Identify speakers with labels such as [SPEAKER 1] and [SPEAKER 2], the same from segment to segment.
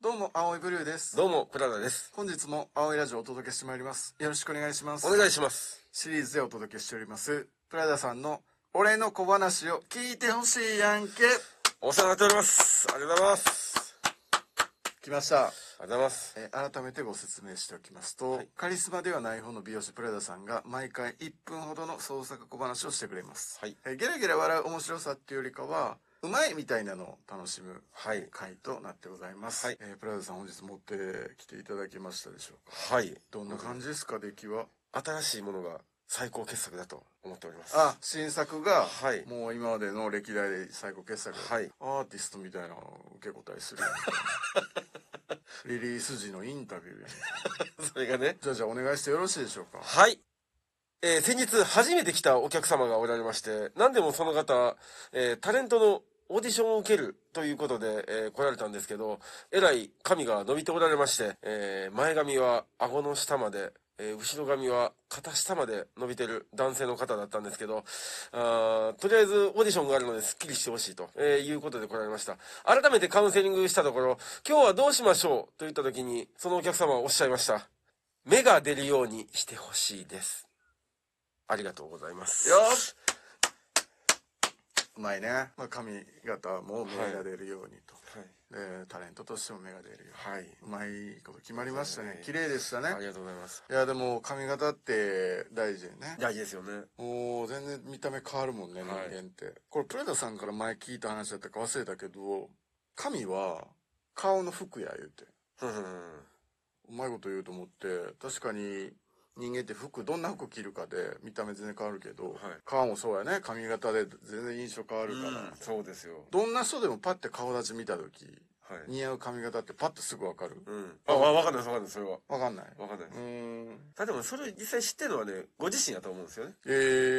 [SPEAKER 1] どうも、青いブルーです。
[SPEAKER 2] どうも、プラダです。
[SPEAKER 1] 本日も青いラジオをお届けしてまいります。よろしくお願いします。
[SPEAKER 2] お願いします。
[SPEAKER 1] シリーズでお届けしております、プラダさんの俺の小話を聞いてほしいやんけ。
[SPEAKER 2] お世話になっております。ありがとうございます。
[SPEAKER 1] 来ました。
[SPEAKER 2] ありがとうございます。
[SPEAKER 1] えー改めてご説明しておきますと、
[SPEAKER 2] はい
[SPEAKER 1] カリスマではない方の美容師プラダさんが毎回1分ほどの創作小話をしてくれます、
[SPEAKER 2] はい
[SPEAKER 1] えーゲラゲラ笑う面白さっていうよりかはうまいみたいなのを楽しむ
[SPEAKER 2] はい。
[SPEAKER 1] 回となってございます、
[SPEAKER 2] はい
[SPEAKER 1] えープラダさん本日持ってきていただきましたでしょうか
[SPEAKER 2] はい。
[SPEAKER 1] どんな感じですか出来は
[SPEAKER 2] 新しいものが最高傑作だと思っております。
[SPEAKER 1] あ新作が、
[SPEAKER 2] はい
[SPEAKER 1] もう今までの歴代で最高傑作、
[SPEAKER 2] はい
[SPEAKER 1] アーティストみたいなのを受け答えするやん リリース時のインタビューやん
[SPEAKER 2] それがね。
[SPEAKER 1] じゃあじゃあお願いしてよろしいでしょうか
[SPEAKER 2] はい。えー先日初めて来たお客様がおられまして、何でもその方、えータレントのオーディションを受けるということで、えー来られたんですけど、えらい髪が伸びておられまして、えー前髪は顎の下まで、えー後ろ髪は肩下まで伸びてる男性の方だったんですけど、あーとりあえずオーディションがあるのでスッキリしてほしいと、えーいうことで来られました。改めてカウンセリングしたところ、今日はどうしましょうと言った時に、そのお客様はおっしゃいました。目が出るようにしてほしいです。ありがとうございます。
[SPEAKER 1] よしうまいね、まあ、髪型も目が出るようにと、でタレントとしても目が出るように
[SPEAKER 2] はい。
[SPEAKER 1] うまいこと決まりました
[SPEAKER 2] そう
[SPEAKER 1] ね
[SPEAKER 2] です
[SPEAKER 1] 綺
[SPEAKER 2] ね
[SPEAKER 1] 麗でした
[SPEAKER 2] はい。あ
[SPEAKER 1] ね
[SPEAKER 2] りがとうございます。
[SPEAKER 1] いやでも髪型って大事よね
[SPEAKER 2] 大事ですよね。
[SPEAKER 1] もう全然見た目変わるもんね
[SPEAKER 2] は
[SPEAKER 1] 人
[SPEAKER 2] い
[SPEAKER 1] 間って、これプレダさんから前聞いた話だったか忘れたけど髪は顔の服や言うて
[SPEAKER 2] うんうんうん
[SPEAKER 1] うまいこと言うと思って確かに人間って服どんな服着るかで見た目全然変わるけど、
[SPEAKER 2] はい
[SPEAKER 1] 顔もそうやね髪型で全然印象変わるから、
[SPEAKER 2] うんそうですよ。
[SPEAKER 1] どんな人でもパッて顔立ち見た時
[SPEAKER 2] はい。
[SPEAKER 1] 似合う髪型ってパッとすぐ分かる
[SPEAKER 2] うん。あ、わ、わかんないですわかんないですそれは。
[SPEAKER 1] 分かんないう
[SPEAKER 2] わかんないで
[SPEAKER 1] ー
[SPEAKER 2] す。
[SPEAKER 1] ん
[SPEAKER 2] あ、でもそれ実際知ってるのはね、ご自身やと思うんですよね。
[SPEAKER 1] え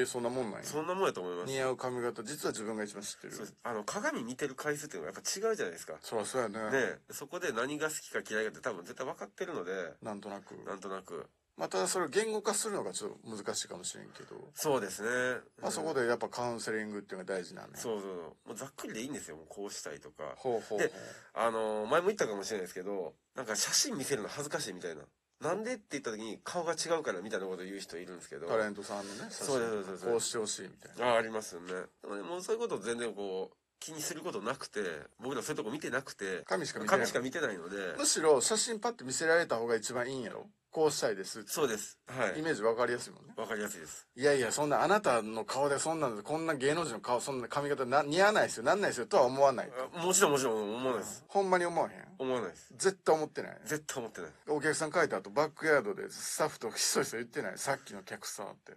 [SPEAKER 1] ー、そんなもんなんや
[SPEAKER 2] そんなもんやと思います。
[SPEAKER 1] 似合う髪型実は自分が一番知ってる
[SPEAKER 2] そうですあの、鏡見てる回数っていうのはやっぱ違うじゃないですか。ね
[SPEAKER 1] そりゃそうやね
[SPEAKER 2] えそこで何が好きか嫌いかって多分絶対分かってるので、
[SPEAKER 1] なんとなく
[SPEAKER 2] なんとなく。
[SPEAKER 1] まあ、ただそれを言語化するのがちょっと難しいかもしれんけど、
[SPEAKER 2] そうですね。
[SPEAKER 1] まあ、そこ
[SPEAKER 2] で。
[SPEAKER 1] でやっぱカウンセリングっていうのが大事なね
[SPEAKER 2] そうそうそう。もうざっくりでいいんですよ。もうこうしたいとか。
[SPEAKER 1] ほうほうほう
[SPEAKER 2] であの前も言ったかもしれないですけど、なんか写真見せるの恥ずかしいみたいな。なんでって言った時に顔が違うからみたいなこと言う人いるんですけど。
[SPEAKER 1] タレ
[SPEAKER 2] あ
[SPEAKER 1] ントさんのね写
[SPEAKER 2] そうそうそうそう
[SPEAKER 1] こうしてほしいみたいな
[SPEAKER 2] あ、ありますよね。でもねもうそういうことを全然こう、気にすることなくて、僕らそういうとこ見てなくて、
[SPEAKER 1] 紙しか見てない
[SPEAKER 2] 紙しか見てないので、
[SPEAKER 1] むしろ写真パッて見せられた方が一番いいんやろこうしたいです
[SPEAKER 2] そうです。は
[SPEAKER 1] イ
[SPEAKER 2] い。
[SPEAKER 1] メージわかりやすいもんね
[SPEAKER 2] わかりやすいです。
[SPEAKER 1] いやいやそんなあなたの顔でそんなのこんな芸能人の顔そんな髪型な似合わないですよなんないですよとは思わない
[SPEAKER 2] あもちろんもちろん思わないです。
[SPEAKER 1] ほんまに思わへん
[SPEAKER 2] 思わないです。
[SPEAKER 1] 絶対思ってない
[SPEAKER 2] 絶対思ってない。
[SPEAKER 1] お客さん帰った後バックヤードでスタッフとひそひそ言ってないさっきの客さんって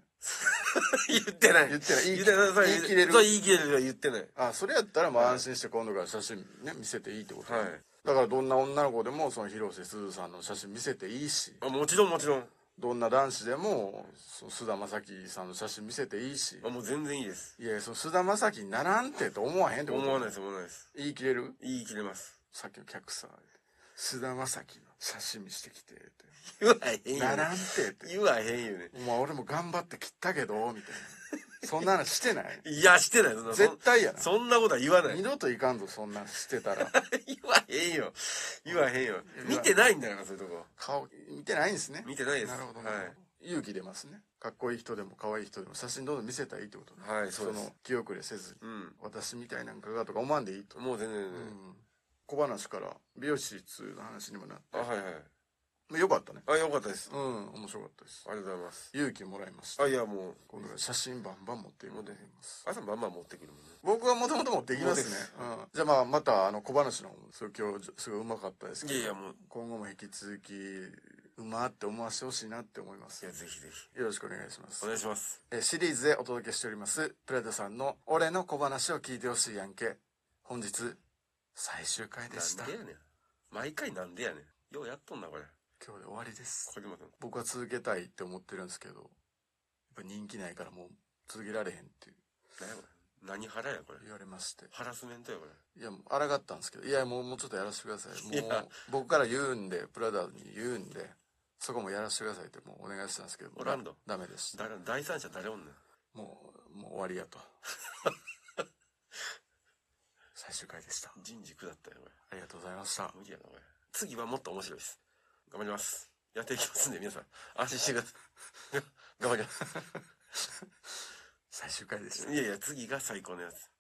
[SPEAKER 2] 言ってない。
[SPEAKER 1] 言って ない言い
[SPEAKER 2] 言ってない。そう
[SPEAKER 1] 言い切れる
[SPEAKER 2] そう言い切れる。言ってない。は
[SPEAKER 1] あそれやったらまあ
[SPEAKER 2] はい
[SPEAKER 1] 安心して今度から写真ね見せていいってこと、
[SPEAKER 2] い。
[SPEAKER 1] だからどんな女の子でもその広瀬すずさんの写真見せていいし
[SPEAKER 2] あもちろんもちろん。
[SPEAKER 1] どんな男子でもその菅田将暉さんの写真見せていいし
[SPEAKER 2] あもう全然いいです。
[SPEAKER 1] いやその菅田将暉にならんってと思わへんってこと
[SPEAKER 2] 思わないです、思わないです。
[SPEAKER 1] 言い切れる
[SPEAKER 2] 言い切れます。
[SPEAKER 1] さっきの客さん菅田将暉の写真見してきてって
[SPEAKER 2] 言わへんよ、
[SPEAKER 1] な
[SPEAKER 2] ね
[SPEAKER 1] ら。んってって
[SPEAKER 2] 言わへんよね。
[SPEAKER 1] お前俺も頑張って切ったけどみたいなそんなのしてない
[SPEAKER 2] いや、して ない。そんなそん
[SPEAKER 1] 絶対やな
[SPEAKER 2] そんなことは言わない。
[SPEAKER 1] 二
[SPEAKER 2] 言
[SPEAKER 1] 度といかんぞそんなんしてたら
[SPEAKER 2] わへんよ。言わへんよ。見てないんだから、そういうとこ。
[SPEAKER 1] 顔見てないんですね
[SPEAKER 2] 見てないです。
[SPEAKER 1] なるほど、ね
[SPEAKER 2] はい。
[SPEAKER 1] 勇気出ますねかっこいい人でも可愛い人でも写真どんどん見せたらいいってことね、
[SPEAKER 2] はい、そうで
[SPEAKER 1] の
[SPEAKER 2] す。
[SPEAKER 1] 気遅れせずに
[SPEAKER 2] うん。
[SPEAKER 1] 私みたいなんかがとか思わんでいいと、
[SPEAKER 2] もう全然、
[SPEAKER 1] うん小話から美容室の話にもなって
[SPEAKER 2] あ、はいはい。
[SPEAKER 1] まあよかったね
[SPEAKER 2] あ、よかったです。
[SPEAKER 1] うん面白かったです
[SPEAKER 2] ありがとうございます。
[SPEAKER 1] 勇気もらいました
[SPEAKER 2] あ、いや、もう、
[SPEAKER 1] 今度は写真バンバン持っていきます
[SPEAKER 2] 朝まんま持ってくるもんね。
[SPEAKER 1] 僕はもともと持っていきますね
[SPEAKER 2] そう
[SPEAKER 1] うん、じゃあまあまたあの小話の方もそう今日すごいうまかったですけ
[SPEAKER 2] い
[SPEAKER 1] ど
[SPEAKER 2] やいや、もう、
[SPEAKER 1] 今後も引き続きうまって思わせてほしいなって思いま
[SPEAKER 2] い
[SPEAKER 1] す
[SPEAKER 2] や、
[SPEAKER 1] よ
[SPEAKER 2] ぜひぜひ。
[SPEAKER 1] ろしくお願いします
[SPEAKER 2] お願いします。
[SPEAKER 1] えーシリーズでお届けしておりますプラダさんの「俺の小話を聞いてほしいやんけ」本日最終回でした
[SPEAKER 2] なんでやねん。毎回なんでやねん。ようやっとんな、これ。
[SPEAKER 1] 今日で終わりです
[SPEAKER 2] 小島さん。
[SPEAKER 1] 僕は続けたいって思ってるんですけどやっぱ人気ないからもう続けられへんって
[SPEAKER 2] 何やこれ。何腹や、これ。
[SPEAKER 1] 言われまして
[SPEAKER 2] ハラスメントや、これ。
[SPEAKER 1] いやもう抗ったんですけどいやもうもうちょっとやらせてくださいも
[SPEAKER 2] いうや
[SPEAKER 1] 僕から言うんでプラダに言うんでそこもやらせてくださいってもうお願いしたんですけど
[SPEAKER 2] おらんの
[SPEAKER 1] ダメでした
[SPEAKER 2] 誰第三者誰おんねん。
[SPEAKER 1] もうもう終わり やと最終回でした
[SPEAKER 2] 人事下ったよ、これ。
[SPEAKER 1] ありがとうございました
[SPEAKER 2] 無理やな、これ。次はもっと面白いです。頑張ります。やっていきますんで、皆さん。安心してください。頑張ります。
[SPEAKER 1] 最終回でした
[SPEAKER 2] いやいや、次が最高のやつ。